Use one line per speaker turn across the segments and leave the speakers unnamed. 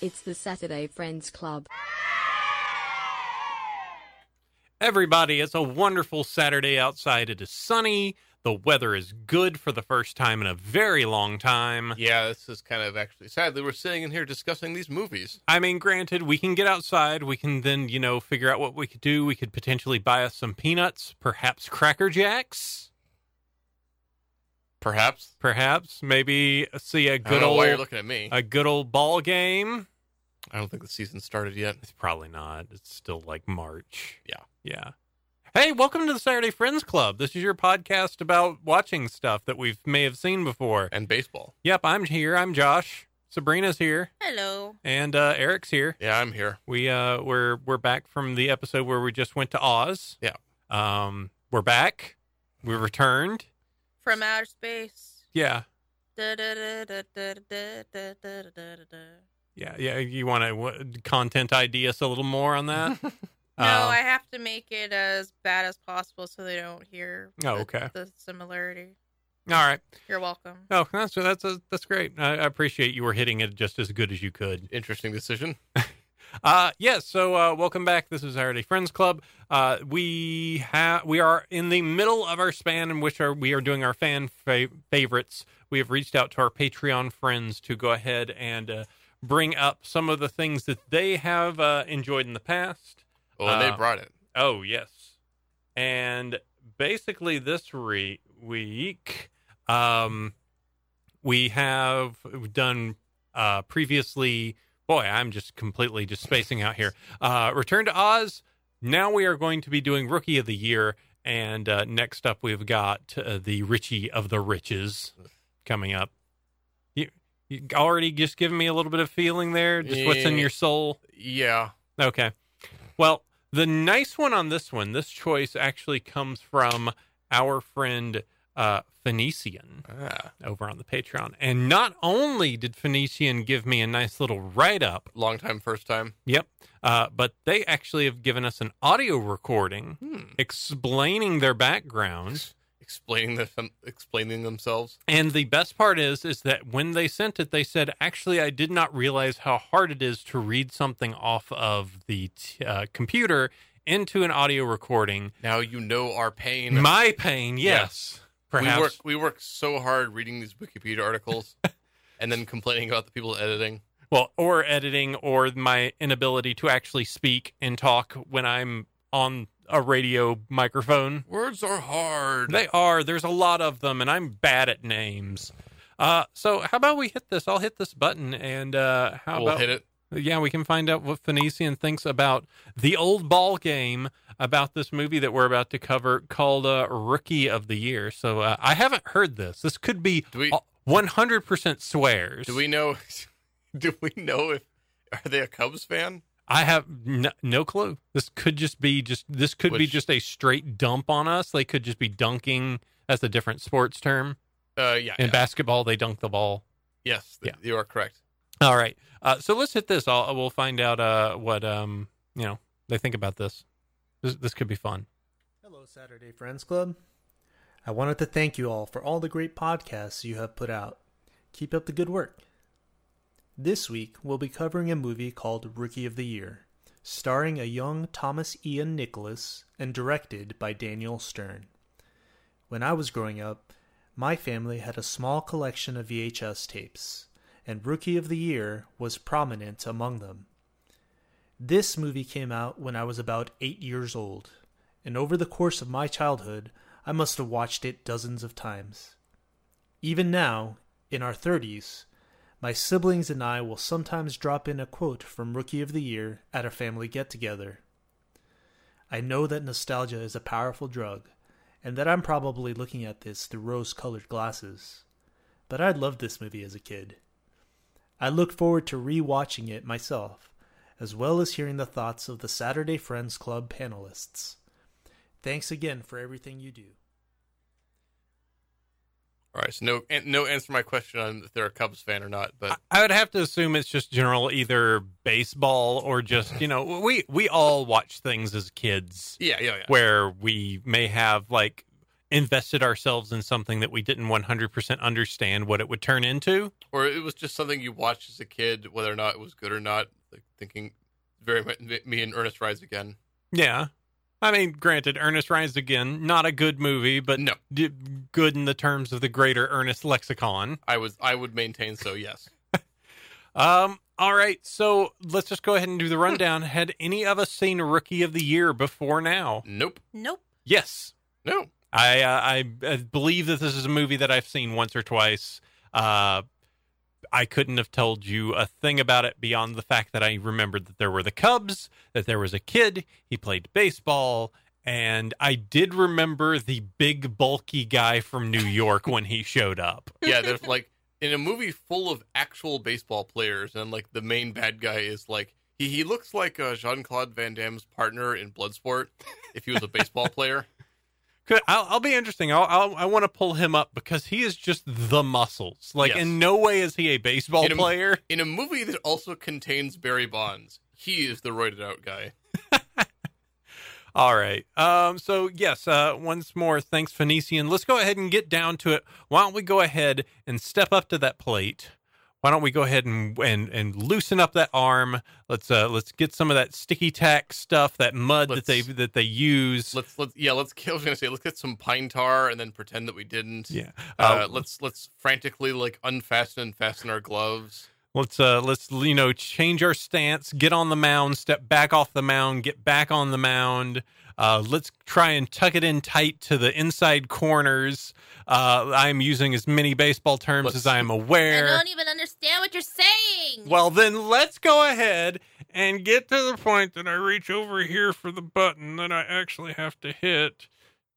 It's the Saturday Friends Club.
Everybody, it's a wonderful Saturday outside. It is sunny. The weather is good for the first time in a very long time.
Yeah, this is kind of actually sadly we're sitting in here discussing these movies.
I mean, granted, we can get outside. We can then, you know, figure out what we could do. We could potentially buy us some peanuts, perhaps Cracker Jacks,
Perhaps.
perhaps maybe see a
I don't
good
know why you're
old
looking at me.
a good old ball game.
I don't think the season started yet.
It's probably not. It's still like March.
Yeah.
Yeah. Hey, welcome to the Saturday Friends Club. This is your podcast about watching stuff that we may have seen before.
And baseball.
Yep, I'm here. I'm Josh. Sabrina's here,
Hello.
and uh, Eric's here.
Yeah, I'm here.
We uh, we're we're back from the episode where we just went to Oz.
Yeah.
Um, we're back. We returned.
From outer space.
Yeah.
Da, da, da, da, da, da, da, da, da, da, da.
Yeah. Yeah. You want to w- content ID us a little more on that?
No,
Um,
I have to make it as bad as possible so they don't hear
Oh,
the,
okay.
the similarity.
All right.
You're welcome.
Oh, that's that's that's great. I, I appreciate you were hitting it just as good as you could.
Interesting decision.
Uh, yes. So, uh, welcome back. This is our Day Friends Club. Uh, we have we are in the middle of our span in which are we are doing our fan fa- favorites. We have reached out to our Patreon friends to go ahead and uh, bring up some of the things that they have uh, enjoyed in the past.
Oh, and
Uh,
they brought it.
Oh yes, and basically this re- week, um, we have done uh, previously. Boy, I'm just completely just spacing out here. Uh, Return to Oz. Now we are going to be doing Rookie of the Year, and uh, next up we've got uh, the Richie of the Riches coming up. You, you already just giving me a little bit of feeling there. Just what's in your soul.
Yeah.
Okay. Well, the nice one on this one, this choice actually comes from our friend uh, Phoenician
Ah,
over on the Patreon. And not only did Phoenician give me a nice little write up,
long time, first time.
yep, uh, but they actually have given us an audio recording
Hmm.
explaining their background.
Explaining the, some, explaining themselves.
And the best part is, is that when they sent it, they said, "Actually, I did not realize how hard it is to read something off of the t- uh, computer into an audio recording."
Now you know our pain.
My pain, yes. Perhaps.
We work we work so hard reading these Wikipedia articles and then complaining about the people editing.
well, or editing, or my inability to actually speak and talk when I'm on a radio microphone.
Words are hard.
They are. There's a lot of them, and I'm bad at names. Uh, so how about we hit this? I'll hit this button, and uh, how
we'll
about
hit it.
yeah, we can find out what Phoenician thinks about the old ball game about this movie that we're about to cover called uh, Rookie of the Year. So uh, I haven't heard this. This could be
Do we-
100% swears.
Do we know? Do we know if are they a Cubs fan?
I have no, no clue. This could just be just this could be
Which-
just a straight dump on us. They could just be dunking. That's a different sports term.
Uh, yeah.
In
yeah.
basketball, they dunk the ball.
yes, th- you are correct.
All right. Uh, so let's hit this. I'll, we'll find out uh, what um you know they think about this. This, this could be fun.
Hello, Saturday Friends Club. I wanted to thank you all for all the great podcasts you have put out. Keep up the good work. This week, we'll be covering a movie called Rookie of the Year, starring a young Thomas Ian Nicholas and directed by Daniel Stern. When I was growing up, my family had a small collection of VHS tapes, and Rookie of the Year was prominent among them. This movie came out when I was about eight years old, and over the course of my childhood, I must have watched it dozens of times. Even now, in our 30s, my siblings and I will sometimes drop in a quote from Rookie of the Year at a family get together. I know that nostalgia is a powerful drug, and that I'm probably looking at this through rose colored glasses, but I loved this movie as a kid. I look forward to re watching it myself, as well as hearing the thoughts of the Saturday Friends Club panelists. Thanks again for everything you do.
All right, so no, an- no answer to my question on if they're a Cubs fan or not. But
I would have to assume it's just general either baseball or just you know we we all watch things as kids
yeah, yeah, yeah.
where we may have like invested ourselves in something that we didn't 100% understand what it would turn into.
or it was just something you watched as a kid, whether or not it was good or not. Like thinking, very much me and Ernest Rise Again.
Yeah. I mean, granted, Ernest Rides Again, not a good movie, but
No.
d- good in the terms of the greater Ernest lexicon.
I was, I would maintain so. Yes,
Um, all right, so let's just go ahead and do
Hmm.
the rundown. Had any of us seen Rookie of the Year before now?
nope,
Nope.
Yes.
no.
I uh, I uh, believe that this is a movie that I've seen once or twice. Uh, I couldn't have told you a thing about it beyond the fact that I remembered that there were the Cubs, that there was a kid, he played baseball, and I did remember the big bulky guy from New York when he showed up.
yeah, they're like in a movie full of actual baseball players, and like the main bad guy is like he, he looks like uh, Jean Claude Van Damme's partner in Bloodsport if he was a baseball player.
Could, I'll, I'll be interesting. I'll, I'll, I want to pull him up because he is just the muscles. Like
Yes.
in no way is he a baseball
In a m-
player.
In a movie that also contains Barry Bonds, he is the roided out guy.
All right. Um, so yes, uh, once more, thanks, Phoenician. Let's go ahead and get down to it. Why don't we go ahead and step up to that plate? Why don't we go ahead and and, and loosen up that arm? Let's uh, let's get some of that sticky tack stuff, that mud that they
Let's-
that they use.
Let's let's yeah, let's kill. I was gonna say let's get some pine tar and then pretend that we didn't.
Yeah.
Uh, let's let's frantically like unfasten and fasten our gloves.
Let's uh let's you know change our stance, get on the mound, step back off the mound, get back on the mound. Uh, let's try and tuck it in tight to the inside corners. Uh, I'm using as many baseball terms
Let's-
as I am
I
aware.
don't even understand what you're saying.
Well, then let's go ahead and get to the point that I reach over here for the button that I actually have to hit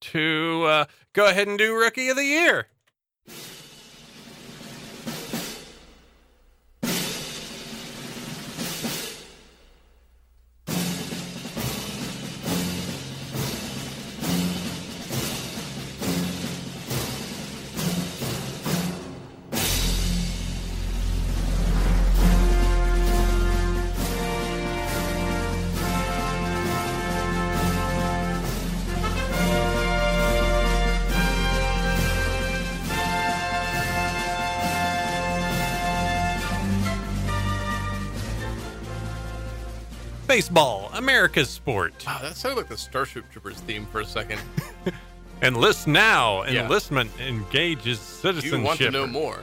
to uh, go ahead and do Rookie of the Year. Baseball, America's sport.
Wow, Ah, that sounded like the Starship Troopers theme for a second.
Enlist now.
Yeah.
Enlistment engages
You
citizenship.
want to know more?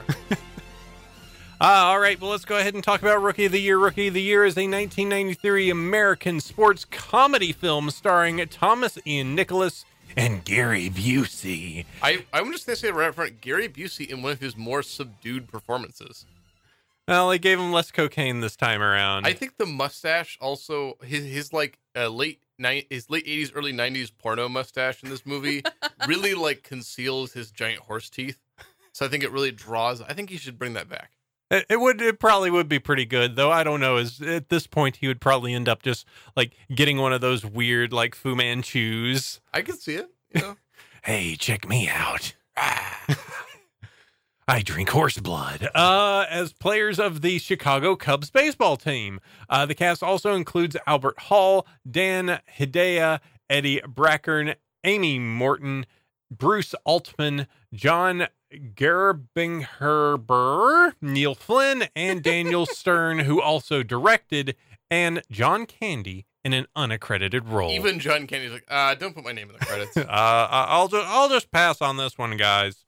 Ah, all right, well, let's go ahead and talk about Rookie of the Year. Rookie of the Year is a 1993 American sports comedy film starring Thomas Ian Nicholas and Gary Busey.
I I'm just gonna say right up front, Gary Busey in one of his more subdued performances.
Well, they gave him less cocaine this time
Mm-hmm.
around.
I think the mustache also his his like uh, late ni- his late eighties early nineties porno mustache in this movie really like conceals his giant horse teeth. So I think it really draws. I think he should bring that back.
It, it would it probably would be pretty good though. I don't know. Is at this point he would probably end up just like getting one of those weird like Fu Manchus.
I can see it. You know?
Hey, check me out. Ah. I drink horse blood. Uh, as players of the Chicago Cubs baseball team, uh, the cast also includes Albert Hall, Dan Hidea, Eddie Brackern, Amy Morton, Bruce Altman, John Gerbingherber, Neil Flynn, and Daniel Stern, who also directed, and John Candy in an unaccredited role.
Even John Candy's like, uh, don't put my name in the credits.
Uh, I- I'll just I'll just pass on this one, guys.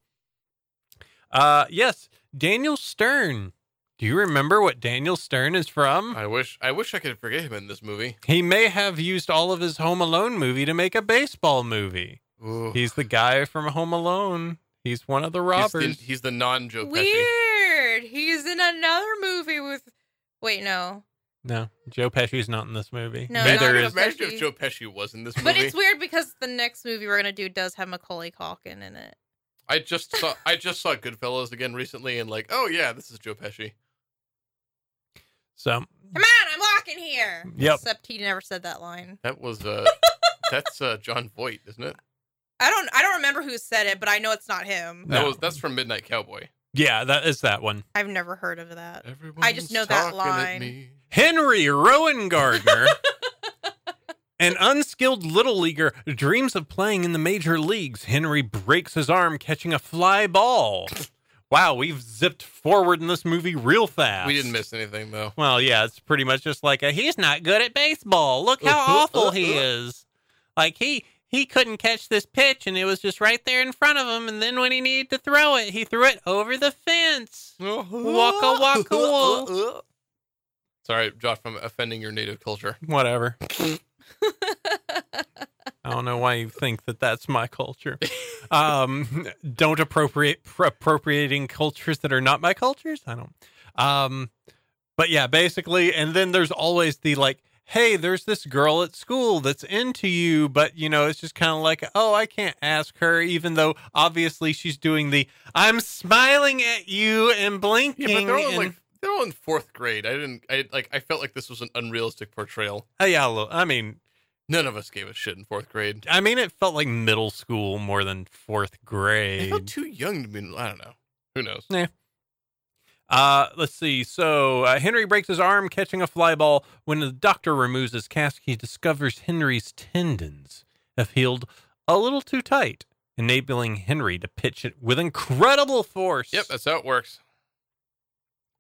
Uh, yes, Daniel Stern. Do you remember what Daniel Stern is from?
I wish I wish I could forget him in this movie.
He may have used all of his Home Alone movie to make a baseball movie.
Ooh.
He's the guy from Home Alone. He's one of the
He's
robbers.
the, he's the non Joe Pesci.
Weird. He's in another movie with. Wait, no.
no, Joe Pesci's not in this movie.
No,
Neither
not
is.
Joe
Imagine if
Pesci.
Joe Pesci was in this movie.
But it's weird because the next movie we're gonna do does have Macaulay Calkin in it.
I just saw I just saw Goodfellas again recently, and like, oh yeah, this is Joe Pesci.
So
Come on, I'm walking here.
Yep.
Except he never said that line.
That was uh, that's uh, John Voight, isn't it?
I don't. I don't remember who said it, but I know it's not him.
That
No.
was that's from Midnight Cowboy.
yeah, that is that one.
I've never heard of that.
Everyone
I just know that line.
Henry Rowan Gardner An unskilled little leaguer dreams of playing in the major leagues. Henry breaks his arm catching a fly ball. Wow, we've zipped forward in this movie real fast.
We didn't miss anything though.
Well, yeah, it's pretty much just like a, he's not good at baseball. Look how awful he is. Like he he couldn't catch this pitch and it was just right there in front of him and then when he needed to throw it, he threw it over the fence. Waka waka woo.
Sorry, Josh, I'm offending your native culture.
Whatever. I don't know why you think that that's my culture. Um, don't appropriate pr- appropriating cultures that are not my cultures. I don't. Um, but yeah, basically, and then there's always the like, hey, there's this girl at school that's into you, but you know, it's just kind of like, oh, I can't ask her, even though obviously she's doing the I'm smiling at you and blinking.
Yeah, but they're all in,
and-
like they're all in fourth grade. I didn't. I like. I felt like this was an unrealistic portrayal.
Oh, yeah, a little- I mean,
None of us gave a shit in fourth grade.
I mean, it felt like middle school more than fourth
I
grade.
felt too young to be. I don't know. Who knows?
Uh, let's see. So uh, Henry breaks his arm catching a fly ball. When the doctor removes his cast, he discovers Henry's tendons have healed a little too tight, enabling Henry to pitch it with incredible force.
Yep, that's how it works.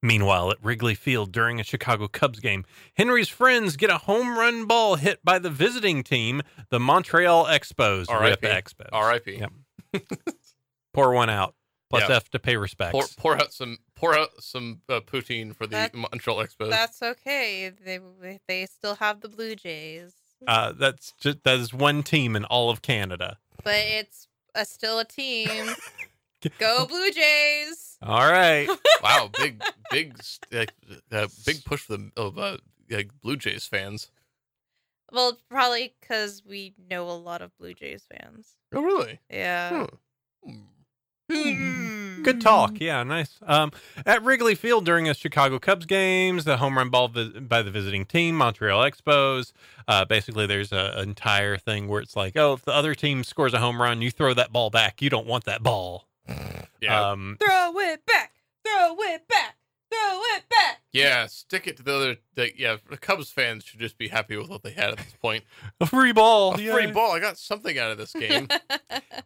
Meanwhile, at Wrigley Field during a Chicago Cubs game, Henry's friends get a home run ball hit by the visiting team, the Montreal Expos. Rip
R.I.P.
Expos.
R.I.P.
Yep. Pour one out. Plus
Yeah.
F to pay respects.
Pour, pour out some. Pour out some uh, poutine for the
That-
Montreal Expos.
That's okay. They they still have the Blue Jays,
Uh, that's just that is one team in all of Canada.
but it's a, still a team. Go Blue Jays!
All right.
wow, big, big, uh, uh, big push for the of uh, like Blue Jays fans.
Well, probably because we know a lot of Blue Jays fans.
Oh, really?
Yeah. Hmm.
Hmm.
Good
Mm-hmm.
talk. Yeah, nice. Um, at Wrigley Field during a Chicago Cubs games, the home run ball vi- by the visiting team, Montreal Expos. Uh, basically, there's a, an entire thing where it's like, oh, if the other team scores a home run, you throw that ball back. You don't want that ball.
Yeah,
Um,
Throw it back! Throw it back! Throw it back!
yeah. Stick it to the other. The, yeah, the Cubs fans should just be happy with what they had at this point.
a free ball.
A
yeah.
free ball. I got something out of this game.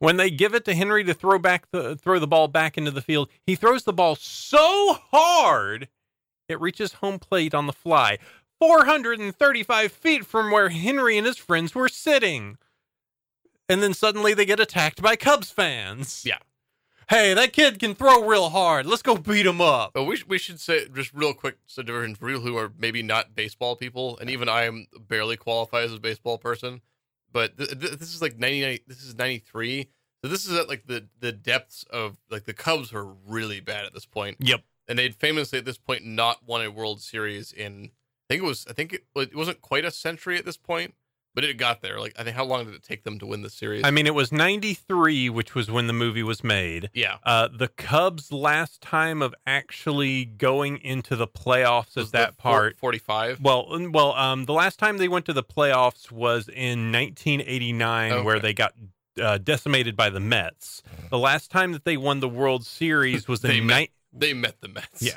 When they give it to Henry to throw back the throw the ball back into the field, he throws the ball so hard it reaches home plate on the fly, 435 feet from where Henry and his friends were sitting. And then suddenly they get attacked by Cubs fans.
Yeah.
Hey, that kid can throw real hard. Let's go beat him up.
But Oh, we, sh- we should say just real quick, so diversion for people who are maybe not baseball people, and even I am barely qualified as a baseball person. But th- th- this is like ninety nine. This is ninety three. So this is at like the the depths of like the Cubs were really bad at this point,
Yep.
and they'd famously at this point not won a World Series in I think it was I think it, it wasn't quite a century at this point, but it got there. Like I think how long did it take them to win the series?
I mean, it was 93, which was when the movie was made.
yeah,
Uh, the Cubs' last time of actually going into the playoffs at that part
forty five?
Well, n- well, um, the last time they went to the playoffs was in 1989, where
Okay.
they got uh, decimated by the Mets. The last time that they won the World Series was
They
in
met-
ni-
They met the Mets.
Yeah.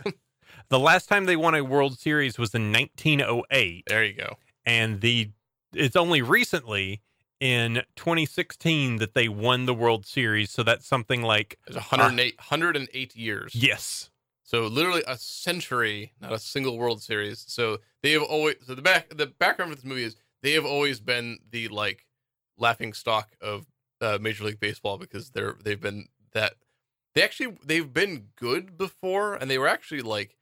the last time they won a World Series was in 1908,
there you go.
and the it's only recently in 2016 that they won the World Series. So that's something like
It's 108, 108 years.
yes,
So literally a century, not a single World Series. So they have always. So the back the background for this movie is they have always been the like laughing stock of uh, Major League Baseball because they're they've been that they actually they've been good before and they were actually like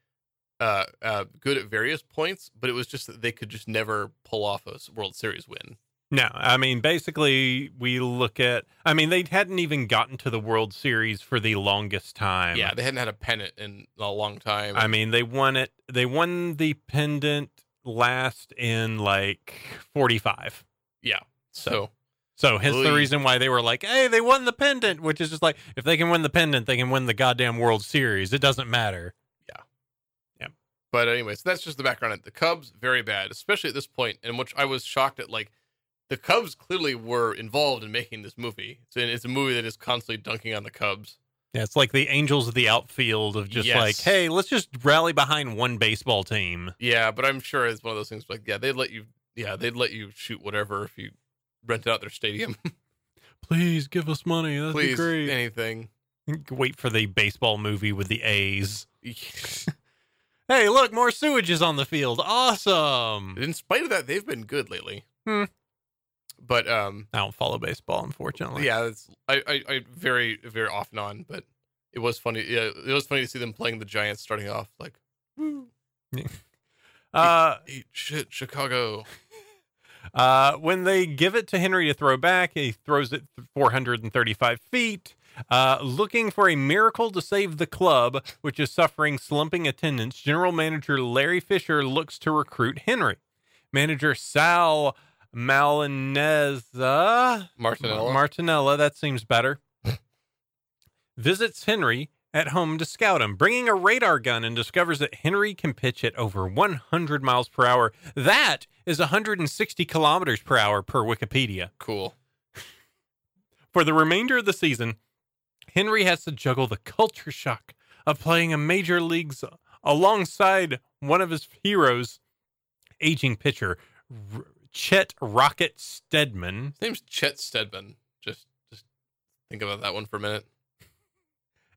uh uh good at various points, but it was just that they could just never pull off a s- World Series win.
No, I mean basically we look at. I mean they hadn't even gotten to the World Series for the longest time.
yeah, they hadn't had a pennant in a long time.
I mean, they won it. They won the pendant last in like 45.
so
So hence the
Oy.
reason why they were like, "Hey, they won the pendant," which is just like, if they can win the pendant, they can win the goddamn World Series. It doesn't matter.
But anyways, that's just the background. at The Cubs very bad, especially at this point, in which I was shocked at like the Cubs clearly were involved in making this movie. So it's a movie that is constantly dunking on the Cubs.
Yeah, it's like the Angels of the outfield of just
Yes.
like, "Hey, let's just rally behind one baseball team."
Yeah, but I'm sure it's one of those things like yeah, they let you Yeah, they'd let you shoot whatever if you rented out their stadium.
Please give us money. That'd
Please,
be great.
anything.
Wait for the baseball movie with the A's. Hey, look, more sewage is on the field. Awesome.
In spite of that, they've been good lately.
Hmm.
But um,
I don't follow baseball, unfortunately.
yeah, that's I, I I very very off and on, but it was funny. Yeah, it was funny to see them playing the Giants starting off like, "Woo,
Uh,
eat shit, Chicago.
Uh, when they give it to Henry to throw back, he throws it 435 feet, uh, looking for a miracle to save the club, which is suffering slumping attendance. General manager Larry Fisher looks to recruit Henry. Manager Sal Malineza
Martinella.
Martinella, that seems better. Visits Henry at home to scout him, bringing a radar gun and discovers that Henry can pitch at over 100 miles per hour. That is 160 kilometers per hour per Wikipedia.
cool.
For the remainder of the season, Henry has to juggle the culture shock of playing in major leagues alongside one of his heroes, aging pitcher R- Chet Rocket Stedman.
His name's Chet Stedman. Just just think about that one for a minute.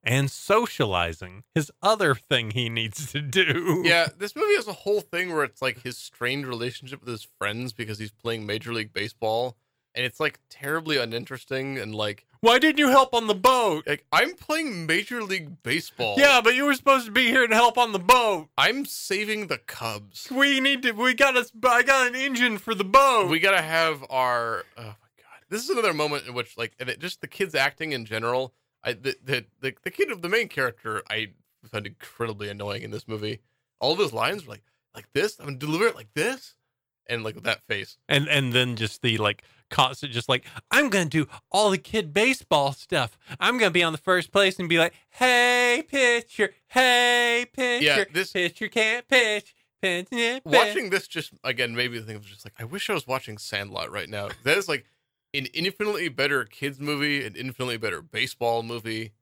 and socializing, his other thing he needs to do.
Yeah, this movie has a whole thing where it's like his strained relationship with his friends because he's playing Major League Baseball, and it's like terribly uninteresting and like
Why didn't you help on the boat?
like I'm playing Major League Baseball.
Yeah, but you were supposed to be here to help on the boat.
I'm saving the Cubs.
We need to. We got us. I got an engine for the boat.
We gotta have our. Oh my god, this is another moment in which like and it, just the kids acting in general. I the the the, the kid of the main character I found incredibly annoying in this movie. All of his lines were like like this. I'm gonna deliver it like this, and like with that face.
and and then just the like constant, just like I'm gonna do all the kid baseball stuff. I'm gonna be on the first place and be like, hey pitcher, hey pitcher,
this-
pitcher can't pitch. pitch, can't pitch."
watching this just again made me think of just like I wish I was watching Sandlot right now. That is like an infinitely better kids movie, an infinitely better baseball movie,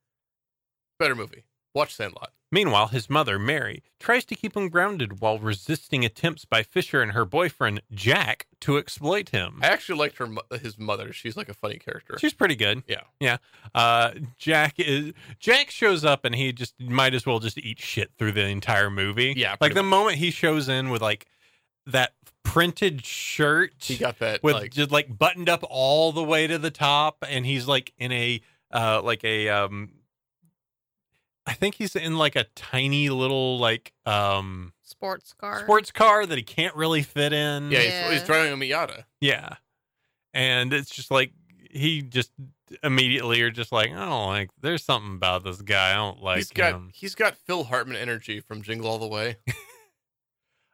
better movie. Watch Sandlot.
Meanwhile, his mother, Mary, tries to keep him grounded while resisting attempts by Fisher and her boyfriend, Jack, to exploit him.
I actually liked her mo- his mother. She's like a funny character.
She's pretty good.
Yeah.
Yeah. Uh, Jack is Jack shows up and he just might as well just eat shit through the entire movie.
Yeah,
Like
pretty
the moment he shows in with like that printed shirt
She got that
with
like
just like buttoned up all the way to the top and he's like in a uh like a um I think he's in like a tiny little like um
Sports car.
sports car that he can't really fit in.
yeah,
Yeah.
He's, he's driving a Miata.
Yeah. And it's just like he just immediately are just like, I don't like there's something about this guy. I don't like
he's got
him.
he's got Phil Hartman energy from Jingle All the Way.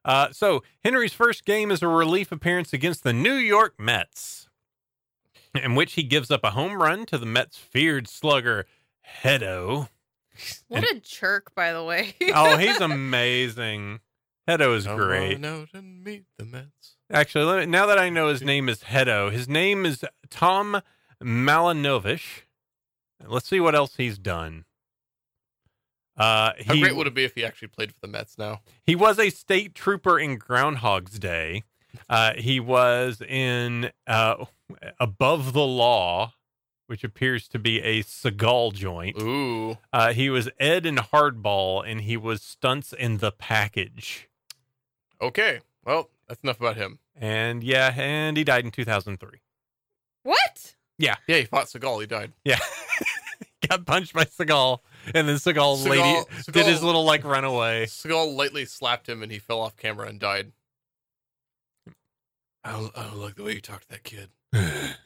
Uh so Henry's first game is a relief appearance against the New York Mets, in which he gives up a home run to the Mets feared slugger, Hedo.
What a jerk, by the way.
Oh, he's amazing. Hedo
Oh,
is great.
No, didn't meet the Mets.
Actually, let me, now that I know his name is Hedo, his name is Tom Malinovich. Let's see what else he's done. Uh,
How
he,
great would it be if he actually played for the Mets now?
he was a state trooper in Groundhog's Day. Uh, he was in uh, Above the Law, which appears to be a Seagal joint.
Ooh,
Uh, he was Ed in Hardball, and he was Stunts in the Package.
okay. Well, that's enough about him.
And yeah, and he died in 2003.
what?
Yeah, he fought Seagal. He died.
Yeah. Got punched by Seagal, and then Seagal's
Seagal-
lady did his
Seagal-
little like runaway.
Skull lightly slapped him and he fell off camera and died. I don't, I don't like the way you talk to that kid.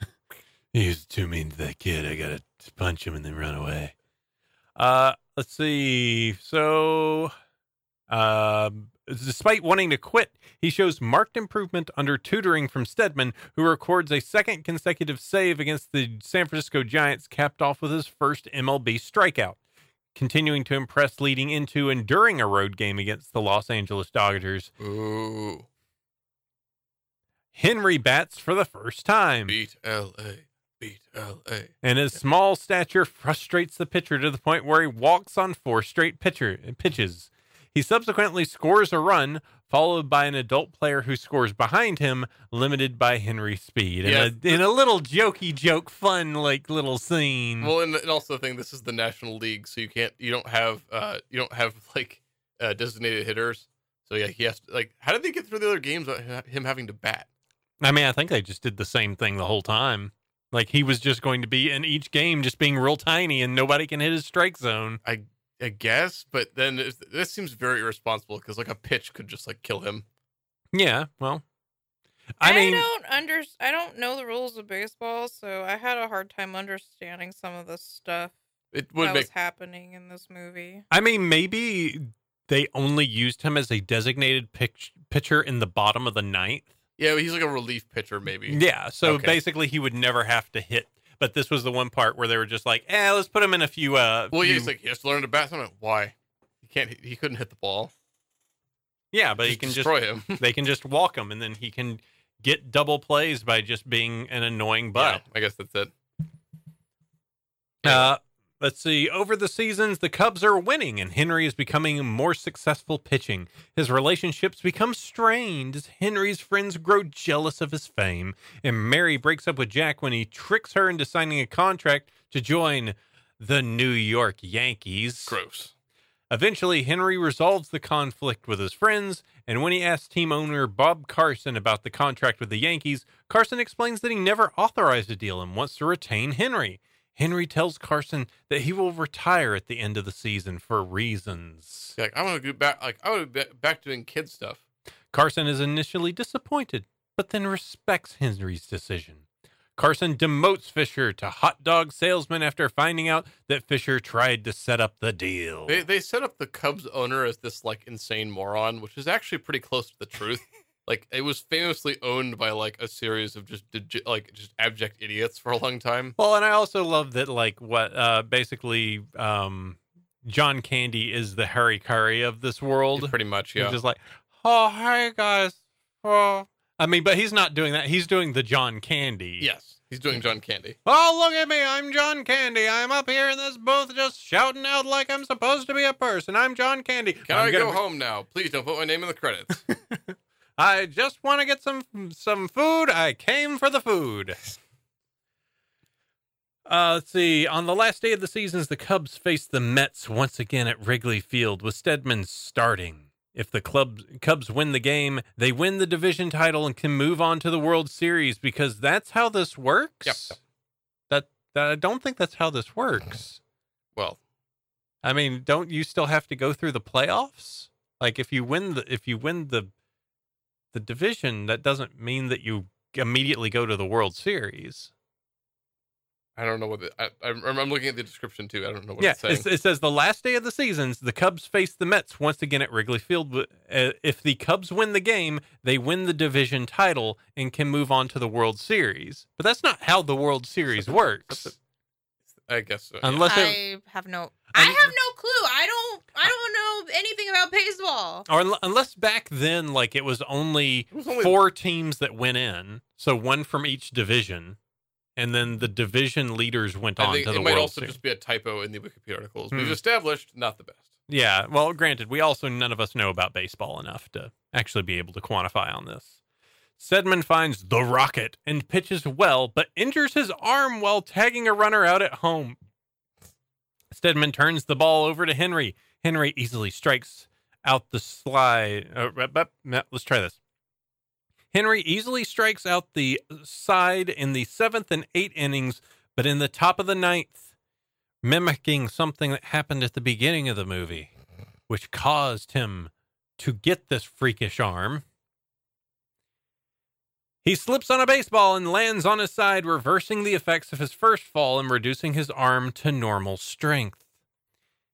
He was too mean to that kid. I gotta punch him and then run away. Uh, let's see. So, uh, despite wanting to quit, he shows marked improvement under tutoring from Stedman, who records a second consecutive save against the San Francisco Giants, capped off with his first MLB strikeout. Continuing to impress leading into and during a road game against the Los Angeles Dodgers,
Ooh,
Henry bats for the first time.
beat L.A., beat L.A.
and his small stature frustrates the pitcher to the point where he walks on four straight pitcher pitches. He subsequently scores a run, followed by an adult player who scores behind him, limited by Henry's speed. And, a, and a little jokey joke, fun, like little scene.
Well, and, and also the thing this is the National League, so you can't you don't have uh you don't have like uh, designated hitters. So yeah, he has to, like how did they get through the other games without ha- him having to bat?
I mean, I think they just did the same thing the whole time. Like he was just going to be in each game, just being real tiny, and nobody can hit his strike zone.
I guess, but then it's- this seems very irresponsible because like a pitch could just like kill him.
Yeah, well, I, mean,
don't under I don't know the rules of baseball, so I had a hard time understanding some of the stuff
It would
that
make
was happening in this movie.
I mean, maybe they only used him as a designated pitch, pitcher in the bottom of the ninth.
yeah, he's like a relief pitcher maybe.
Yeah, so
Okay.
basically he would never have to hit. But this was the one part where they were just like, "Eh, let's put him in a few." Uh,
Well, yeah,
few-
he's like he has to learn to bat. I'm like, why? He can't. He couldn't hit the ball.
yeah, but he can just
destroy him.
they can just walk him, and then he can get double plays by just being an annoying butt.
Yeah, I guess that's it.
Uh, let's see. Over the seasons, the Cubs are winning, and Henry is becoming more successful pitching. His relationships become strained as Henry's friends grow jealous of his fame, and Mary breaks up with Jack when he tricks her into signing a contract to join the New York Yankees.
Gross.
Eventually, Henry resolves the conflict with his friends, and when he asks team owner Bob Carson about the contract with the Yankees, Carson explains that he never authorized a deal and wants to retain Henry. Henry tells Carson that he will retire at the end of the season for reasons.
Yeah, like I want to go back. Like I want to be back doing kid stuff.
Carson is initially disappointed, but then respects Henry's decision. Carson demotes Fisher to hot dog salesman after finding out that Fisher tried to set up the deal.
They they set up the Cubs owner as this like insane moron, which is actually pretty close to the truth. like it was famously owned by like a series of just digi- like just abject idiots for a long time.
Well, and I also love that, like, what uh, basically um, John Candy is the Harry Curry of this world.
Pretty much,
He's
yeah.
just like, oh, hi, guys. Oh. I mean, but he's not doing that. He's doing the John Candy.
yes, he's doing John Candy.
Oh, look at me. I'm John Candy. I'm up here in this booth just shouting out like I'm supposed to be a person. I'm John Candy.
Can
I'm
I
gonna
go
be-
home now? Please don't put my name in the credits.
I just want to get some some food. I came for the food. Uh, let's see. On the last day of the seasons, the Cubs face the Mets once again at Wrigley Field with Stedman starting. If the club, Cubs win the game, they win the division title and can move on to the World Series because that's how this works.
Yep.
That, that I don't think that's how this works.
well,
I mean, don't you still have to go through the playoffs? Like if you win the if you win the the division, that doesn't mean that you immediately go to the World Series.
I don't know what the, I, I'm, I'm looking at the description too. I don't know what
yeah,
it's saying.
it's, it says the last day of the seasons, the Cubs face the Mets once again at Wrigley Field. Uh, If the Cubs win the game, they win the division title and can move on to the World Series. But that's not how the World Series works,
I guess so. yeah.
unless it,
I have no I have no clue. I don't I don't know anything about baseball.
or unle- unless back then like it was only
It was only-
four teams that went in so one from each division and then the division leaders went
I
on
think
to the
it might
world
also
series
just be a typo in the Wikipedia articles.
Hmm.
We've established not the best.
yeah well granted we also none of us know about baseball enough to actually be able to quantify on this Sedman finds the rocket and pitches well, but injures his arm while tagging a runner out at home. Stedman turns the ball over to Henry. Henry easily strikes out the slide. Uh, but- but- no, let's try this. Henry easily strikes out the side in the seventh and eighth innings, but in the top of the ninth, mimicking something that happened at the beginning of the movie, which caused him to get this freakish arm. He slips on a baseball and lands on his side, reversing the effects of his first fall and reducing his arm to normal strength.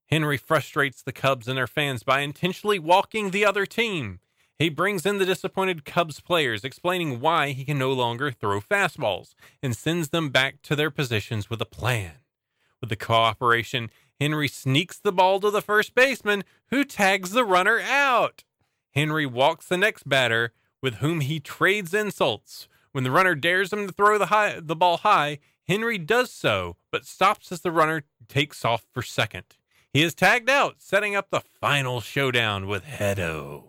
Henry frustrates the Cubs and their fans by intentionally walking the other team. He brings in the disappointed Cubs players, explaining why he can no longer throw fastballs, and sends them back to their positions with a plan. With the cooperation, Henry sneaks the ball to the first baseman, who tags the runner out. Henry walks the next batter, with whom he trades insults. When the runner dares him to throw the, high, the ball high, Henry does so, but stops as the runner takes off for second. He is tagged out, setting up the final showdown with Hedo.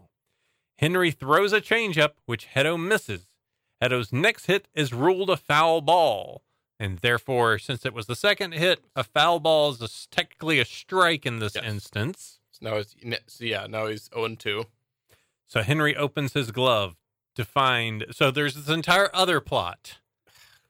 Henry throws a changeup, which Hedo misses. Hedo's next hit is ruled a foul ball, and therefore, since it was the second hit, a foul ball is a, technically a strike in this
Yes.
instance.
So now he's so yeah, now he's 0 and 2.
So Henry opens his glove to find. So there's this entire other plot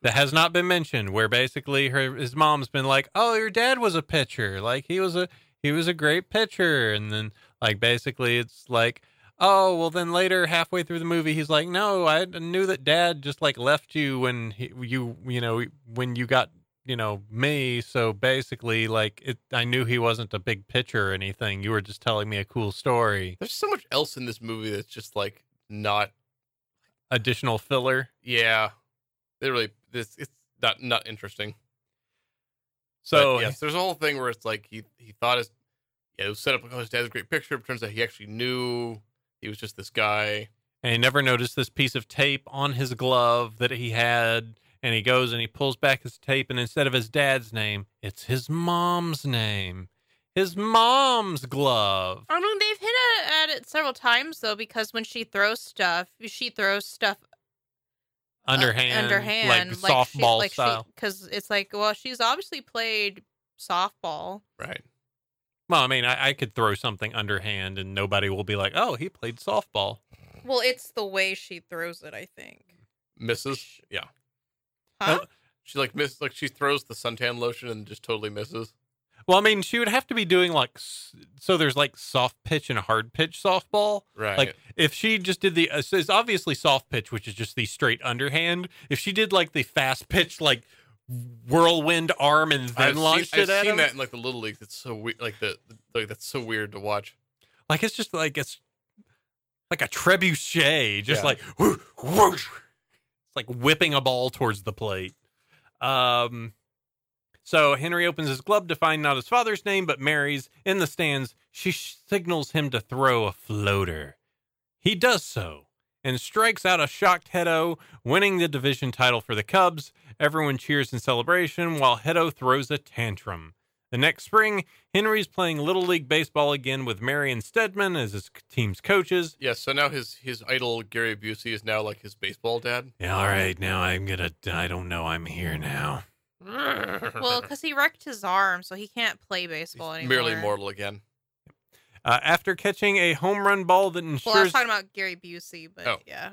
that has not been mentioned, where basically her his mom's been like, "Oh, your dad was a pitcher. Like he was a he was a great pitcher," and then like basically it's like. Oh well, then later, halfway through the movie, he's like, "No, I knew that Dad just like left you when he, you, you know, when you got, you know, me. So basically, like, it, I knew he wasn't a big pitcher or anything. You were just telling me a cool story,
There's so much else in this movie that's just like not
additional filler."
yeah. They really this it's not not interesting.
So
But yes, there's a whole thing where it's like he he thought his yeah, it was set up like oh his dad's a great picture, but turns out he actually knew he was just this guy.
and he never noticed this piece of tape on his glove that he had. And he goes and he pulls back his tape, and instead of his dad's name, it's his mom's name. His mom's glove.
I mean, they've hit a- at it several times though, because when she throws stuff, she throws stuff uh,
Underhand.
underhand,
Like, softball style.
Because it's like, well, she's obviously played softball.
Right.
well, I mean, I, I could throw something underhand and nobody will be like, oh, he played softball.
Well, it's the way she throws it, I think.
Misses. Yeah.
Huh?
Uh,
She like miss like she throws the suntan lotion and just totally misses.
Well, I mean, she would have to be doing like, s- so there's like soft pitch and hard pitch softball.
Right.
Like if she just did the uh, so it's obviously soft pitch, which is just the straight underhand. If she did like the fast pitch, like whirlwind arm, and then
I've
launched
seen,
it
I've
at
seen
him,
that in like the little leagues. It's so weird. Like the like that's so weird to watch.
like it's just like it's like a trebuchet, just
Yeah.
like whoosh, whoosh. it's like whipping a ball towards the plate. Um, so Henry opens his glove to find not his father's name, but Mary's in the stands. She sh- signals him to throw a floater. He does so and strikes out a shocked Hedo, winning the division title for the Cubs. Everyone cheers in celebration while Hedo throws a tantrum. The next spring, Henry's playing Little League Baseball again with Mary and Stedman as his team's coaches.
Yeah. So now his his idol Gary Busey is now like his baseball dad.
Yeah, all right, now I'm gonna. I don't know, I'm here now.
Well, because he wrecked his arm, so he can't play
He's
baseball anymore.
merely mortal again.
Uh, after catching a home run ball that ensures.
Well, I was talking about Gary Busey, but
Oh.
yeah.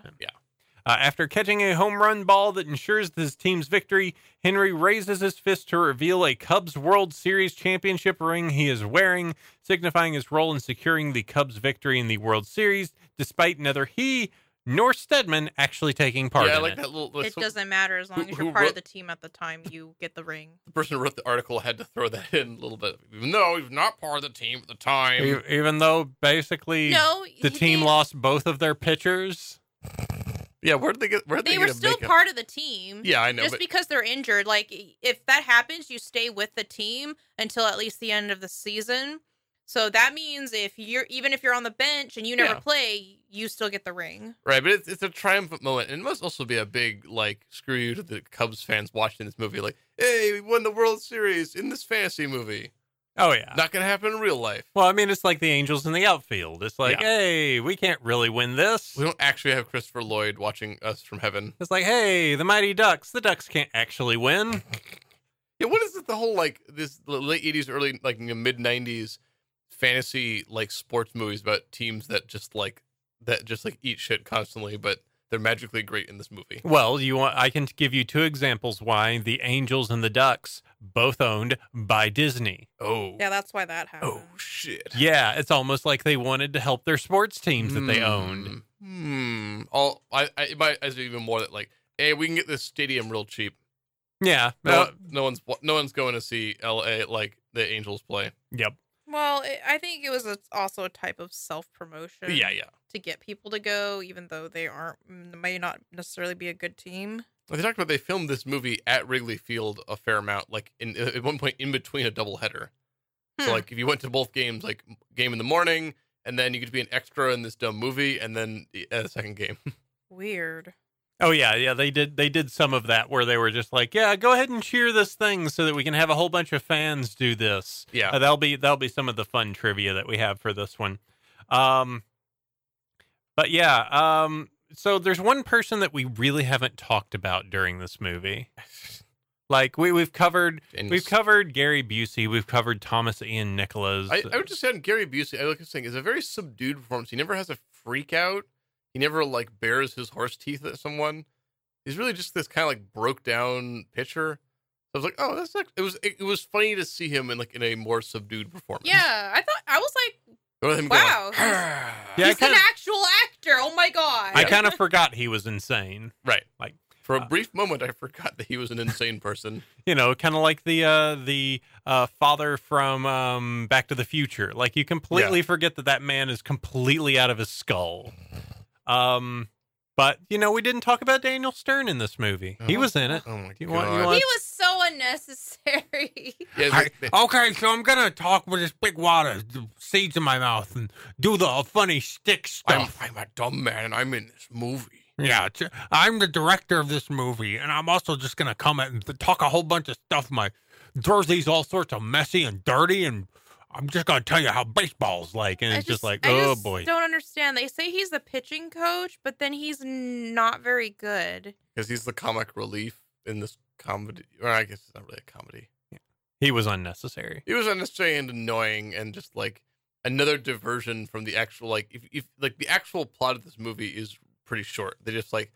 Uh, after catching a home run ball that ensures his team's victory, Henry raises his fist to reveal a Cubs World Series championship ring he is wearing, signifying his role in securing the Cubs' victory in the World Series, despite neither he nor Stedman actually taking part
yeah, I
in
like
it.
that little.
It
so
doesn't matter as long
who-
as
who
you're part
wrote-
of the team at the time you get the ring.
The person who wrote the article had to throw that in a little bit. Even though he's not part of the team at the time.
E- Even though basically
No,
the
he-
team
they,
lost both of their pitchers.
yeah. Where did they get? Where did
They
they,
were
get a
still
makeup?
part of the team.
Yeah, I know.
just
But
because they're injured, like if that happens, you stay with the team until at least the end of the season. So that means if you're even if you're on the bench and you never
Yeah.
play, you still get the ring.
right, but it's, it's a triumphant moment, and it must also be a big like screw you to the Cubs fans watching this movie. Like, hey, we won the World Series in this fantasy movie.
Oh yeah.
Not gonna happen in real life.
Well, I mean, it's like the Angels in the outfield. It's like,
Yeah.
hey, we can't really win this.
We don't actually have Christopher Lloyd watching us from heaven.
It's like, hey, the Mighty Ducks. The Ducks can't actually win.
Yeah, what is it? The whole like this the late eighties, early like mid nineties fantasy like sports movies about teams that just like that just like eat shit constantly, but they're magically great in this movie.
Well, you want I can give you two examples why the Angels and the Ducks both owned by Disney.
Oh,
Yeah, that's why that happened.
oh shit!
Yeah, it's almost like they wanted to help their sports teams that they
Hmm.
owned.
Hmm. All I, I it might as even more that like, hey, we can get this stadium real cheap.
Yeah.
No,
uh,
one- no one's no one's going to see L.A. like the Angels play.
yep.
Well, it, I think it was a, also a type of self promotion.
Yeah, yeah.
to get people to go, even though they aren't may not necessarily be a good team.
Well, They talked about they filmed this movie at Wrigley Field a fair amount, like in at one point in between a doubleheader. So
Hmm.
like if you went to both games, like game in the morning, and then you could be an extra in this dumb movie, and then at a second game.
Weird.
Oh yeah, yeah, they did they did some of that where they were just like, yeah, go ahead and cheer this thing so that we can have a whole bunch of fans do this.
Yeah.
Uh, that'll be that'll be some of the fun trivia that we have for this one. Um but yeah, um so there's one person that we really haven't talked about during this movie. Like we we've covered
And
we've covered Gary Busey, we've covered Thomas Ian Nicholas.
I, I would just say on Gary Busey, I like I'm saying, is a very subdued performance. He never has a freak out. He never like bares his horse teeth at someone. He's really just this kind of like broke down pitcher. I was like, oh, that's act- it was it, it was funny to see him in like in a more subdued performance.
Yeah, I thought I was like,
Rather than him
Wow.
going,
Yeah, I
he's an
kinda-
actual actor. Oh my god.
I kind of forgot he was insane.
right.
Like- uh,
for a brief moment, I forgot that he was an insane person.
you know, kind of like the uh, the uh, father from um, Back to the Future. Like you completely forget that that man is completely out of his skull. Um, but you know, we didn't talk about Daniel Stern in this movie. He
Oh.
was in it.
Oh my
you
god!
want- you
he
want- Oh,
was so unnecessary.
Yeah,
I-
they-
okay, so I'm gonna talk with this big wad of seeds in my mouth and do the funny stick
I'm,
stuff.
I'm a dumb man, and I'm in this movie.
yeah, t- I'm the director of this movie, and I'm also just gonna come at and talk a whole bunch of stuff. My jersey's all sorts of messy and dirty, and I'm just gonna tell you how baseball's like, and
I
it's just, like,
I
oh
just
boy.
Don't understand. They say he's the pitching coach, but then he's not very good.
because he's the comic relief in this comedy. Or I guess it's not really a comedy.
He was unnecessary.
It was unnecessary and annoying, and just like another diversion from the actual like if, if like the actual plot of this movie is pretty short. They just like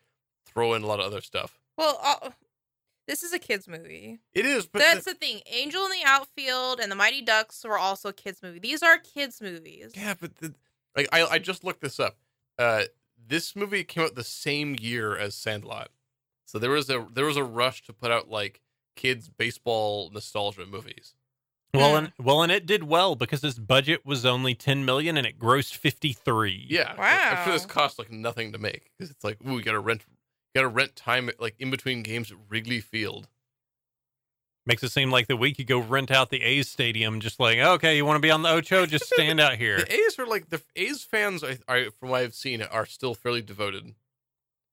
throw in a lot of other stuff.
Well, uh, this is a kids movie.
It is, but
That's
the-
the thing. Angel in the Outfield and The Mighty Ducks were also a kids movie. These are kids movies.
yeah, but the, like I I just looked this up. Uh, this movie came out the same year as Sandlot, so there was a there was a rush to put out like kids baseball nostalgia movies.
Well,
Yeah.
and well, and it did well because its budget was only ten million and it grossed fifty three.
Yeah. I- I'm sure this
Wow.
costs like nothing to make because it's like, ooh, you gotta rent, gotta rent time like in between games at Wrigley Field.
makes it seem like the week you go rent out the A's stadium, just like okay, you want to be on the Ocho, just stand out here.
The A's are like the A's fans. I, I from what I've seen, are still fairly devoted.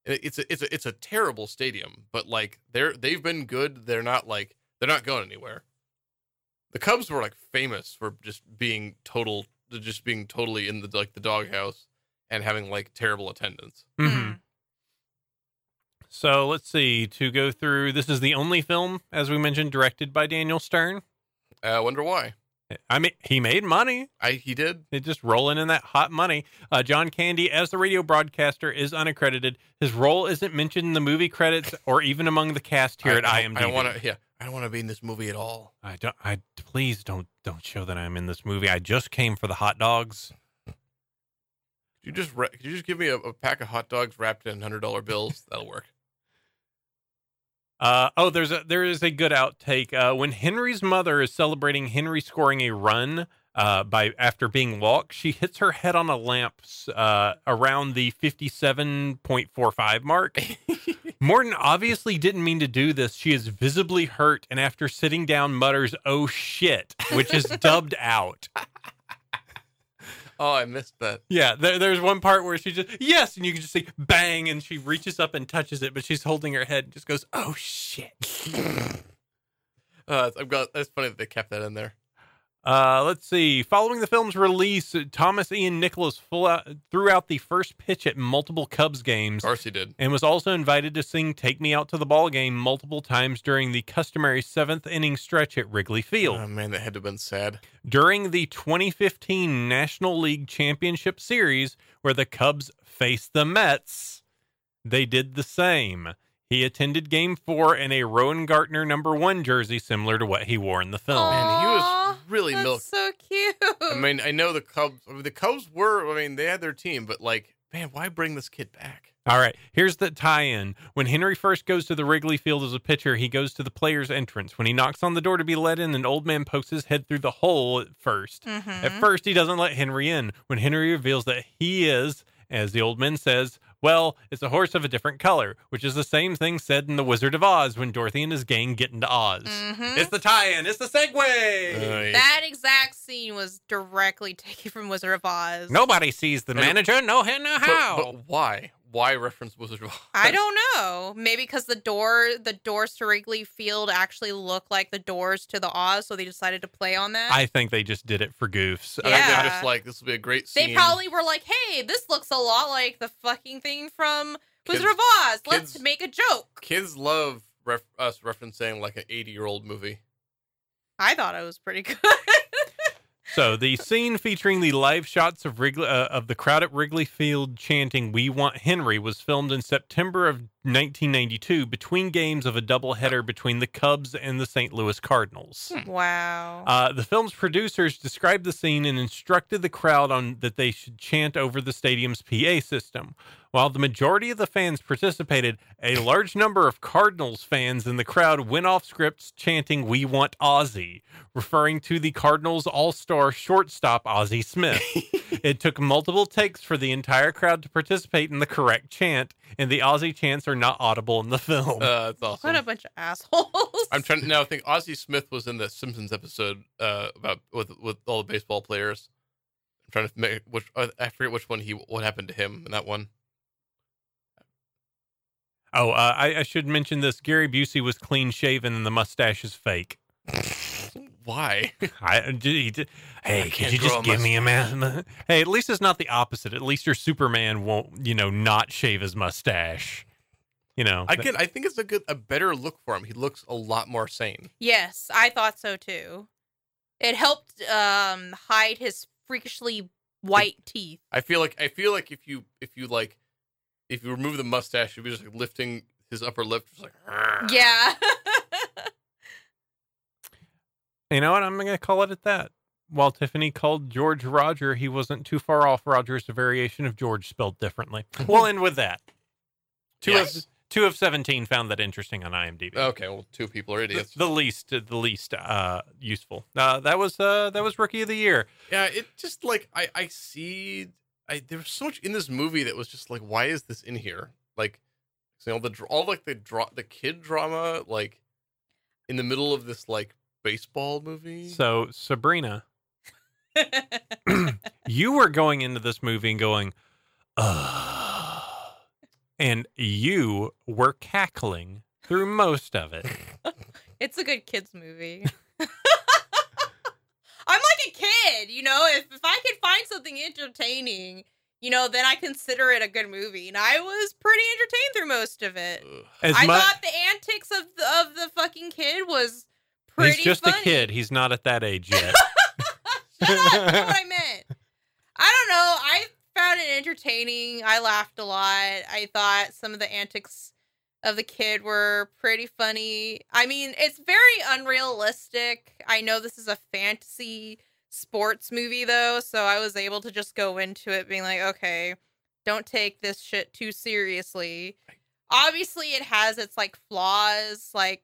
And It's a, it's a, it's a terrible stadium, but like they're they've been good. They're not like they're not going anywhere. The Cubs were like famous for just being total, just being totally in the like the doghouse and having like terrible attendance.
hmm So let's see to go through. This is the only film, as we mentioned, directed by Daniel Stern.
I wonder why.
I mean, he made money.
I he did
They're just rolling in that hot money. Uh, John Candy, as the radio broadcaster, is uncredited. His role isn't mentioned in the movie credits or even among the cast here at
I,
IMDb.
I don't want to. Yeah, I don't want to be in this movie at all.
I don't. I please don't don't show that I'm in this movie. I just came for the hot dogs.
Could you just ra- could you just give me a, a pack of hot dogs wrapped in hundred dollar bills? That'll work.
Uh, oh, there's a there is a good outtake uh, when Henry's mother is celebrating Henry scoring a run uh, by after being walked. She hits her head on a lamp s- uh, around the fifty seven point four five mark. Morton obviously didn't mean to do this. She is visibly hurt, and after sitting down, mutters "Oh shit," which is dubbed out.
Oh, I missed that.
Yeah, there, there's one part where she just yes, and you can just see bang, and she reaches up and touches it, but she's holding her head and just goes "Oh shit."
Uh, I've got. That's funny that they kept that in there.
Uh, let's see. Following the film's release, Thomas Ian Nicholas full out, threw out the first pitch at multiple Cubs
Of
games
course he did.
and was also invited to sing Take Me Out to the Ball Game multiple times during the customary seventh inning stretch at Wrigley Field.
Oh man, that had to have been sad.
During the 2015 National League Championship Series, where the Cubs faced the Mets, they did the same. He attended Game 4 in a Rowan Gartner number 1 jersey similar to what he wore in the film.
Aw.
Man, he was
Aw,
really
That's
milked.
so cute.
I mean, I know the Cubs. I mean, the Cubs were. I mean, they had their team, but like, man, why bring this kid back?
All right, here's the tie in. When Henry first goes to the Wrigley Field as a pitcher, he goes to the player's entrance. When he knocks on the door to be let in, an old man pokes his head through the hole at 1st
Mhm.
At first, he doesn't let Henry in. When Henry reveals that he is, as the old man says, well, it's a horse of a different color, which is the same thing said in The Wizard of Oz when Dorothy and his gang get into Oz.
Mhm.
It's the tie in, it's the segue.
Nice.
That exact scene was directly taken from Wizard of Oz.
Nobody sees the
I don't-
manager, no hen, no
But,
how.
but why? why reference Wizard of Oz.
I don't know. Maybe because the door, the doors to Wrigley Field actually look like the doors to the Oz, so they decided to play on that.
I think they just did it for goofs.
I think
Yeah.
they're just like this will be a great scene.
they probably were like, "Hey, this looks a lot like the fucking thing from Wizard
Kids-
of Oz. Let's
kids-
make a joke."
kids love ref- us referencing like an 80 year old movie.
I thought it was pretty good.
So the scene featuring the live shots of Wrigley, uh, of the crowd at Wrigley Field chanting "We want Henry" was filmed in September of 1992 between games of a doubleheader between the Cubs and the St. Louis Cardinals.
Hmm.
wow.
Uh, the film's producers described the scene and instructed the crowd on that they should chant over the stadium's PA system. While the majority of the fans participated, a large number of Cardinals fans in the crowd went off scripts chanting "We want Ozzy," referring to the Cardinals all-star shortstop Ozzy Smith. it took multiple takes for the entire crowd to participate in the correct chant, and the Ozzy chants are not audible in the film.
Uh, that's
what a
awesome.
bunch of assholes.
I'm trying to now. I think Ozzie Smith was in the Simpsons episode uh, about with with all the baseball players. I'm trying to make which uh, I forget which one he what happened to him in that one.
Oh, uh, I, I should mention this. Gary Busey was clean shaven and the mustache is fake.
Why?
I, d- he d- hey, could
can't
you
grow
just
a
give me a man? Hey, at least it's not the opposite. At least your Superman won't, you know, not shave his mustache. You know,
I get. I think it's a good a better look for him. He looks a lot more sane.
yes, I thought so too. It helped um, hide his freakishly white teeth.
I feel like I feel like if you if you like if you remove the mustache, you'd be just like lifting his upper lip, just like
Yeah.
you know what? I'm going to call it at that. While Tiffany called George Roger, he wasn't too far off. Roger's a variation of George spelled differently. we'll end with that. Two, of,
Yes.
two of 17 found that interesting on IMDb.
Okay, well, two people are
the,
Oh, idiots.
the least the least uh useful uh that was uh that was rookie of the year
yeah, it just like I I see. I there was so much in this movie that was just like, why is this in here? Like, you know, the dr- all like the draw the kid drama like in the middle of this like baseball movie.
so sabrina you were going into this movie and going Ugh. and you were cackling through most of it
It's a good kids movie. I'm like a kid, you know. If if I can find something entertaining, you know, then I consider it a good movie. And I was pretty entertained through most of it.
Ugh.
as
I
mu-
thought the antics of the, of the fucking kid was pretty.
he's just
funny.
a kid he's not at that age yet
Shut up! That's what I meant. I don't know. I found it entertaining. I laughed a lot. I thought some of the antics of the kid were pretty funny. I mean, it's very unrealistic. I know this is a fantasy sports movie though, so I was able to just go into it being like, okay, don't take this shit too seriously. Obviously, it has its like flaws, like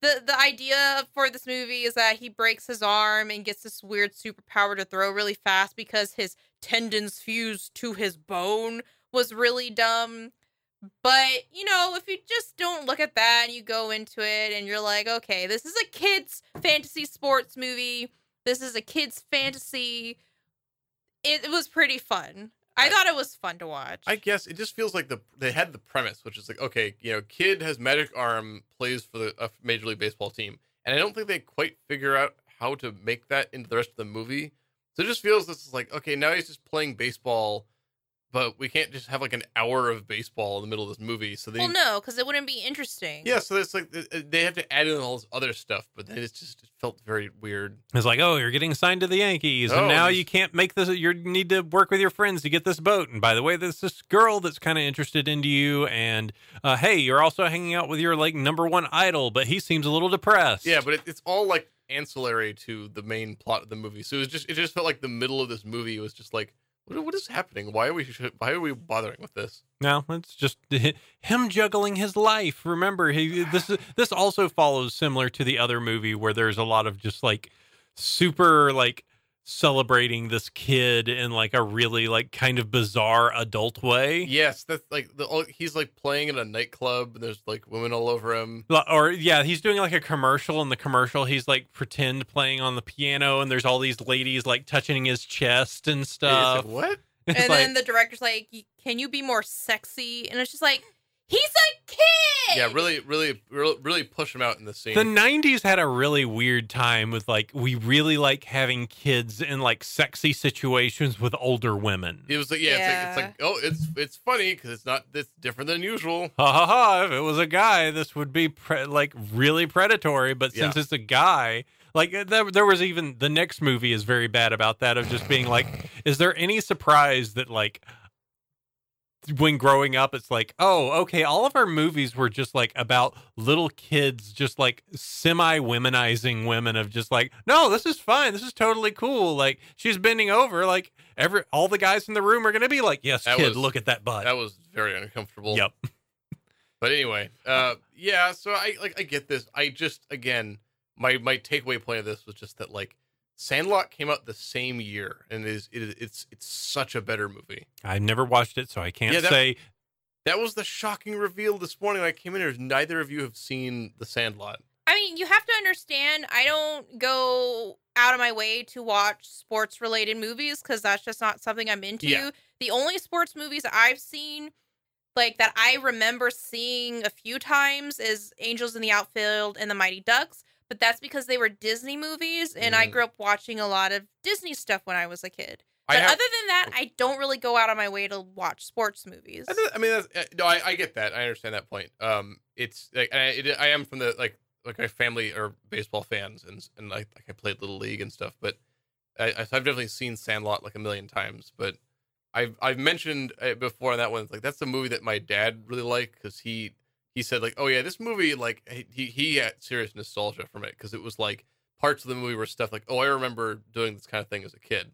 the the idea for this movie is that he breaks his arm and gets this weird superpower to throw really fast because his tendons fuse to his bone was really dumb. But, you know, if you just don't look at that and you go into it and you're like, okay, this is a kids fantasy sports movie. This is a kids fantasy. It, it was pretty fun. I thought it was fun to watch.
I guess it just feels like the they had the premise, which is like, okay, you know, kid has magic arm, plays for the a major league baseball team, and I don't think they quite figure out how to make that into the rest of the movie. So it just feels this is like, okay, now he's just playing baseball, but we can't just have like an hour of baseball in the middle of this movie. So they,
well, no, because it wouldn't be interesting.
yeah, so it's like th- they have to add in all this other stuff, but then it's just it felt very weird.
it's like oh you're getting signed to the yankees and
Oh,
now
he's-
you can't make this you need to work with your friends to get this boat and by the way there's this girl that's kind of interested into you and uh, hey you're also hanging out with your like number one idol but he seems a little depressed
Yeah, but it, it's all like ancillary to the main plot of the movie. So it was just it just felt like the middle of this movie was just like, what, what is happening? Why are we why are we bothering with this?
No, it's just hi- him juggling his life. Remember, he, this is- this also follows similar to the other movie where there's a lot of just like super like celebrating this kid in like a really like kind of bizarre adult way.
Yes, that's like the all- he's like playing in a nightclub and there's like women all over him.
L- Or yeah, he's doing like a commercial. In the commercial, he's like pretend playing on the piano, and there's all these ladies like touching his chest and
And it's
stuff.
like, what?
It's
and
like,
then the director's like, "Y- "Can you be more sexy?" And it's just like, "He's a kid."
Yeah, really, really, really, really push him out in the scene.
the 90s had a really weird time with like we really like having kids in like sexy situations with older women.
it was like, yeah, It's,
Yeah.
like, it's like, oh, it's it's funny because it's not it's different than usual.
ha ha ha if it was a guy this would be pre- like really predatory but since it's a guy like uh, there, there was even the next movie is very bad about that of just being like is there any surprise that like when growing up it's like oh okay all of our movies were just like about little kids just like semi womenizing women of just like no this is fine this is totally cool like she's bending over like every all the guys in the room are gonna be like yes
That
kid
was-
look at that butt
That was very uncomfortable.
yep
But anyway, uh, yeah. So I like I get this. I just again, my my takeaway point of this was just that like Sandlot came out the same year, and it is it is it's it's such a better movie.
I've never watched it, so I can't
Yeah, that-
say.
That was the shocking reveal this morning. when I came in here. Neither of you have seen The Sandlot.
I mean, you have to understand. I don't go out of my way to watch sports related movies because that's just not something I'm into.
Yeah.
The only sports movies I've seen, like that I remember seeing a few times, is Angels in the Outfield and The Mighty Ducks. But that's because they were Disney movies, and I
Mm.
grew up watching a lot of Disney stuff when I was a kid.
I
But
have.
other than that, I don't really go out of my way to watch sports movies.
I, th- I mean, that's, uh, no, I, I get that. I understand that point. Um, it's like I, it, I am from the like like my family are baseball fans, and and like, like I played little league and stuff. But I, I've definitely seen Sandlot like a million times. But I've I've mentioned it before on that one. It's like that's a movie that my dad really liked because he he said like, oh yeah, this movie like he he had serious nostalgia from it because it was like parts of the movie were stuff like, oh, I remember doing this kind of thing as a kid.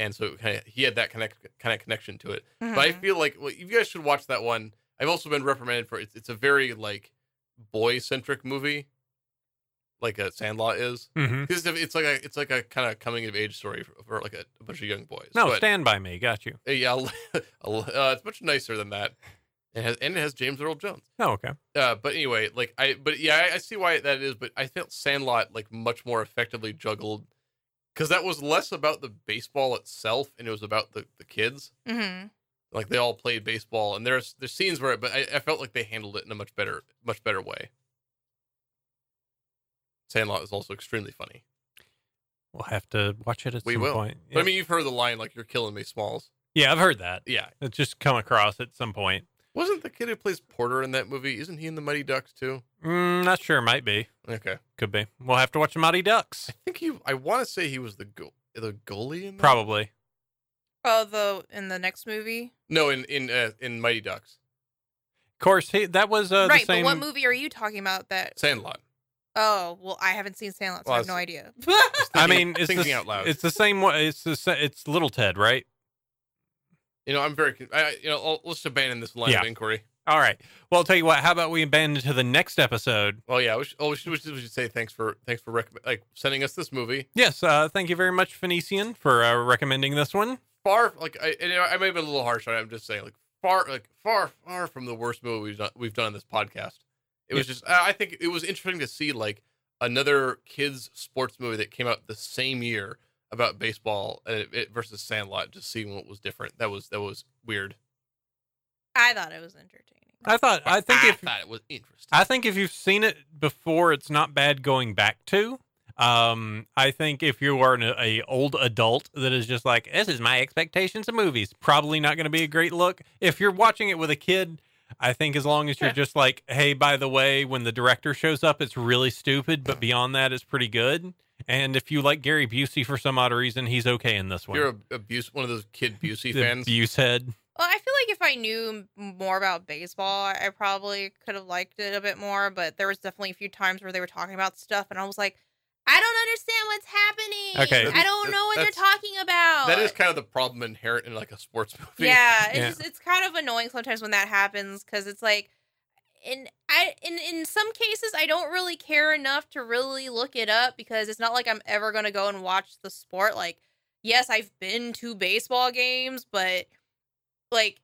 And so kind of, he had that connect, kind of connection to it. But I
Mhm.
feel like well, you guys should watch that one. I've also been reprimanded for it's, it's a very like boy centric movie, like a Sandlot is.
Mhm.
'Cause It's, it's like a it's like a kind of coming of age story for, for like a, a bunch of young boys.
No,
but,
stand by me. Got you.
uh, yeah, I'll- I'll- uh, it's much nicer than that. It has and it has James Earl Jones.
Oh, okay.
Uh, but anyway, like I, but yeah, I, I see why that is. But I felt Sandlot like much more effectively juggled because that was less about the baseball itself and it was about the the kids
Mhm.
like they all played baseball and there's there's scenes where but I, I felt like they handled it in a much better much better way sandlot is also extremely funny
We'll have to watch it at
We
some
will.
point.
but i mean you've heard the line like you're killing me smalls
yeah, I've heard that.
yeah
It's just come across at some point.
wasn't the kid who plays porter in that movie isn't he in the mighty ducks too
Mm, not sure. Might be.
okay i
Could be. We'll have to watch the Mighty Ducks.
think he i want to say he was the goal the goalie in that?
Probably.
Oh, the in the next movie,
no in in uh, in mighty ducks
Of course, he, that was uh,
right?
the same.
But what movie are you talking about? That
sandlot
Oh well, I haven't seen Sandlot, so
Well,
I have
I
no idea.
I
Thinking-
mean, it's
thinking
the,
out loud.
It's the same. one- It's the sa- it's Little Ted, right?
you know i'm very con- I, you know I'll, let's abandon this line
Yeah.
of inquiry
All right. Well, I'll tell you what. How about we abandon to the next episode?
well yeah we should, oh, we should, we should, we should say thanks for thanks for recommend like sending us this movie
Yes. Uh, thank you very much, Phoenician, for uh, recommending this one.
far like I, and I may have been a little harsh on it. I'm just saying like far like far far from the worst movie we've done we've done on this podcast. It was just I I think it was interesting to see like another kids sports movie that came out the same year about baseball and it, it versus Sandlot. Just seeing what was different that was that was weird.
I thought it was entertaining.
I thought. I think
I
if
thought it was interesting.
I think if you've seen it before, it's not bad going back to. Um, I think if you are an a old adult that is just like this is my expectations of movies, probably not going to be a great look. If you're watching it with a kid, I think as long as you're
Yeah.
just like, hey, by the way, when the director shows up, it's really stupid, but beyond that, it's pretty good. And if you like Gary Busey for some odd reason, he's okay in this one.
You're a, a Buse, one of those kid Busey
the
fans.
Busehead.
Well, I feel like if I knew m- more about baseball, I I probably could have liked it a bit more. But there was definitely a few times where they were talking about stuff, and I was like, I don't understand what's happening.
Okay.
I don't know what they're
That's-
talking about.
that is kind of the problem inherent in like a sports movie.
Oh, yeah, it's
Yeah.
Just, it's kind of annoying sometimes when that happens because it's like, in I in in some cases I don't really care enough to really look it up because it's not like I'm ever gonna go and watch the sport. Like, yes, I've been to baseball games, but like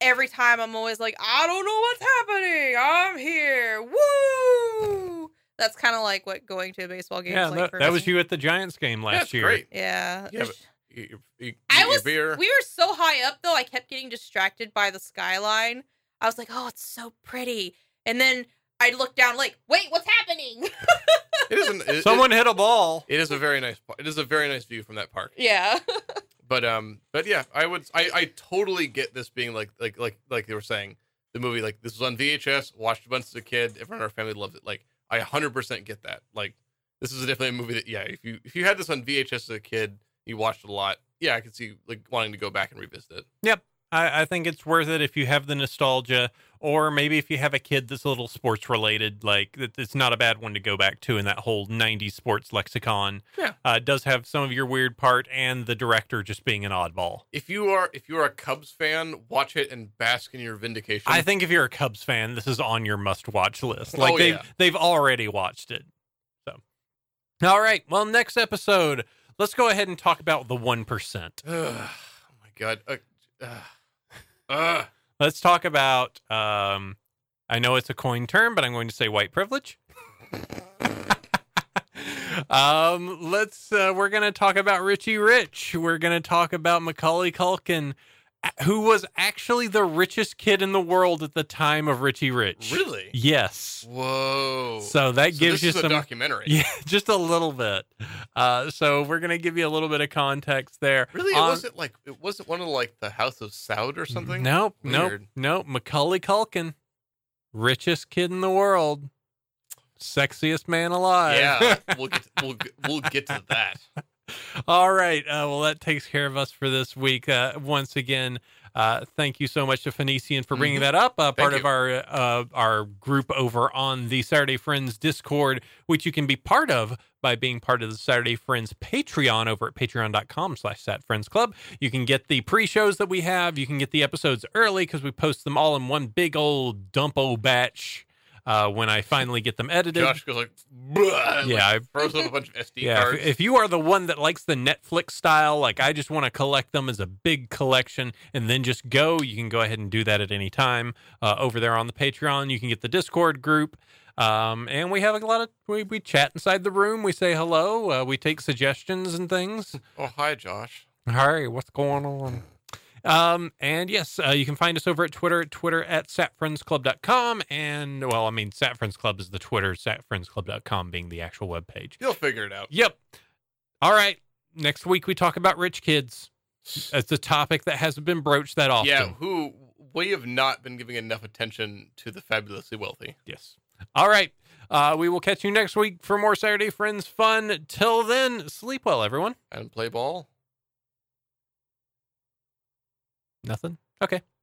every time I'm always like, I don't know what's happening. I'm here. Woo! That's kind of like what going to a baseball game.
Yeah,
is like
that,
for
that
me.
was you at the Giants game last
That's
year.
great.
Yeah.
Yeah, but- you, you,
I
your
was. We
beer.
were so high up though. I kept getting distracted by the skyline. I was like, "Oh, it's so pretty," and then I looked down, like, "Wait, what's happening?"
It is an, it- it-
Someone hit a ball.
it is a very nice. par- It is a very nice view from that park.
yeah.
But um, but yeah, I would. I I totally get this being like like like like they were saying the movie. Like this was on VHS. Watched a bunch as a kid. Everyone in our family loved it. Like I 100% get that. Like this is definitely a movie that yeah. If you if you had this on VHS as a kid, you watched it a lot. Yeah, I could see like wanting to go back and revisit it.
I, I think it's worth it if you have the nostalgia, or maybe if you have a kid that's a little sports related, like that- it's not a bad one to go back to in that whole 90s sports lexicon.
Yeah.
Uh, it does have some of your weird part and the director just being an oddball.
If you are if you are a Cubs fan, watch it and bask in your vindication.
I think if you're a Cubs fan, this is on your must watch list. Like
Oh,
they've
yeah.
they've already watched it. So all right. Well, next episode, let's go ahead and talk about the one percent.
oh my god. Uh, uh, uh,
Let's talk about um I know it's a coin term, but I'm going to say white privilege. um let's uh, we're going to talk about Richie Rich. We're going to talk about Macaulay Culkin who was actually the richest kid in the world at the time of Richie Rich.
really?
Yes.
Whoa.
So that
So
gives
this
you
is a
some,
documentary.
yeah, just a little bit. Uh, so we're gonna give you a little bit of context there.
Really, it
On-
wasn't like it wasn't one of like the House of Saud or something.
Nope, nope,
Weird.
nope. Macaulay Culkin, richest kid in the world, sexiest man alive.
Yeah, we'll get we'll get- we'll get to that.
All right. Uh, well, that takes care of us for this week. Uh, once again, uh, thank you so much to Phoenician for bringing
Mhm.
that up. Uh, part
you.
of our uh, our group over on the Saturday Friends Discord, which you can be part of by being part of the Saturday Friends Patreon over at patreon.com slash satfriendsclub. You can get the pre-shows that we have. You can get the episodes early because we post them all in one big old dumpo batch uh, when I finally get them edited.
Josh goes like, "Bleh," and,
yeah,
like,
I
throws up a bunch of SD
yeah,
cards.
if, if you are the one that likes the Netflix style, like I just want to collect them as a big collection and then just go, you can go ahead and do that at any time uh, over there on the Patreon. You can get the Discord group. Um, and we have a lot of, we, we chat inside the room. We say hello. Uh, we take suggestions and things.
oh hi, Josh.
Hey, what's going on? Um, and yes, uh, you can find us over at Twitter, at Twitter at satfriendsclub.com. And well, I mean, satfriendsclub is the Twitter, satfriendsclub.com being the actual webpage.
You'll figure it out.
Yep. All right. Next week we talk about rich kids. It's a topic that hasn't been broached that often.
Yeah, who we have not been giving enough attention to the fabulously wealthy.
Yes. All right. Uh, we will catch you next week for more Saturday Friends fun. Till then, sleep well, everyone.
And play ball.
Nothing. Okay.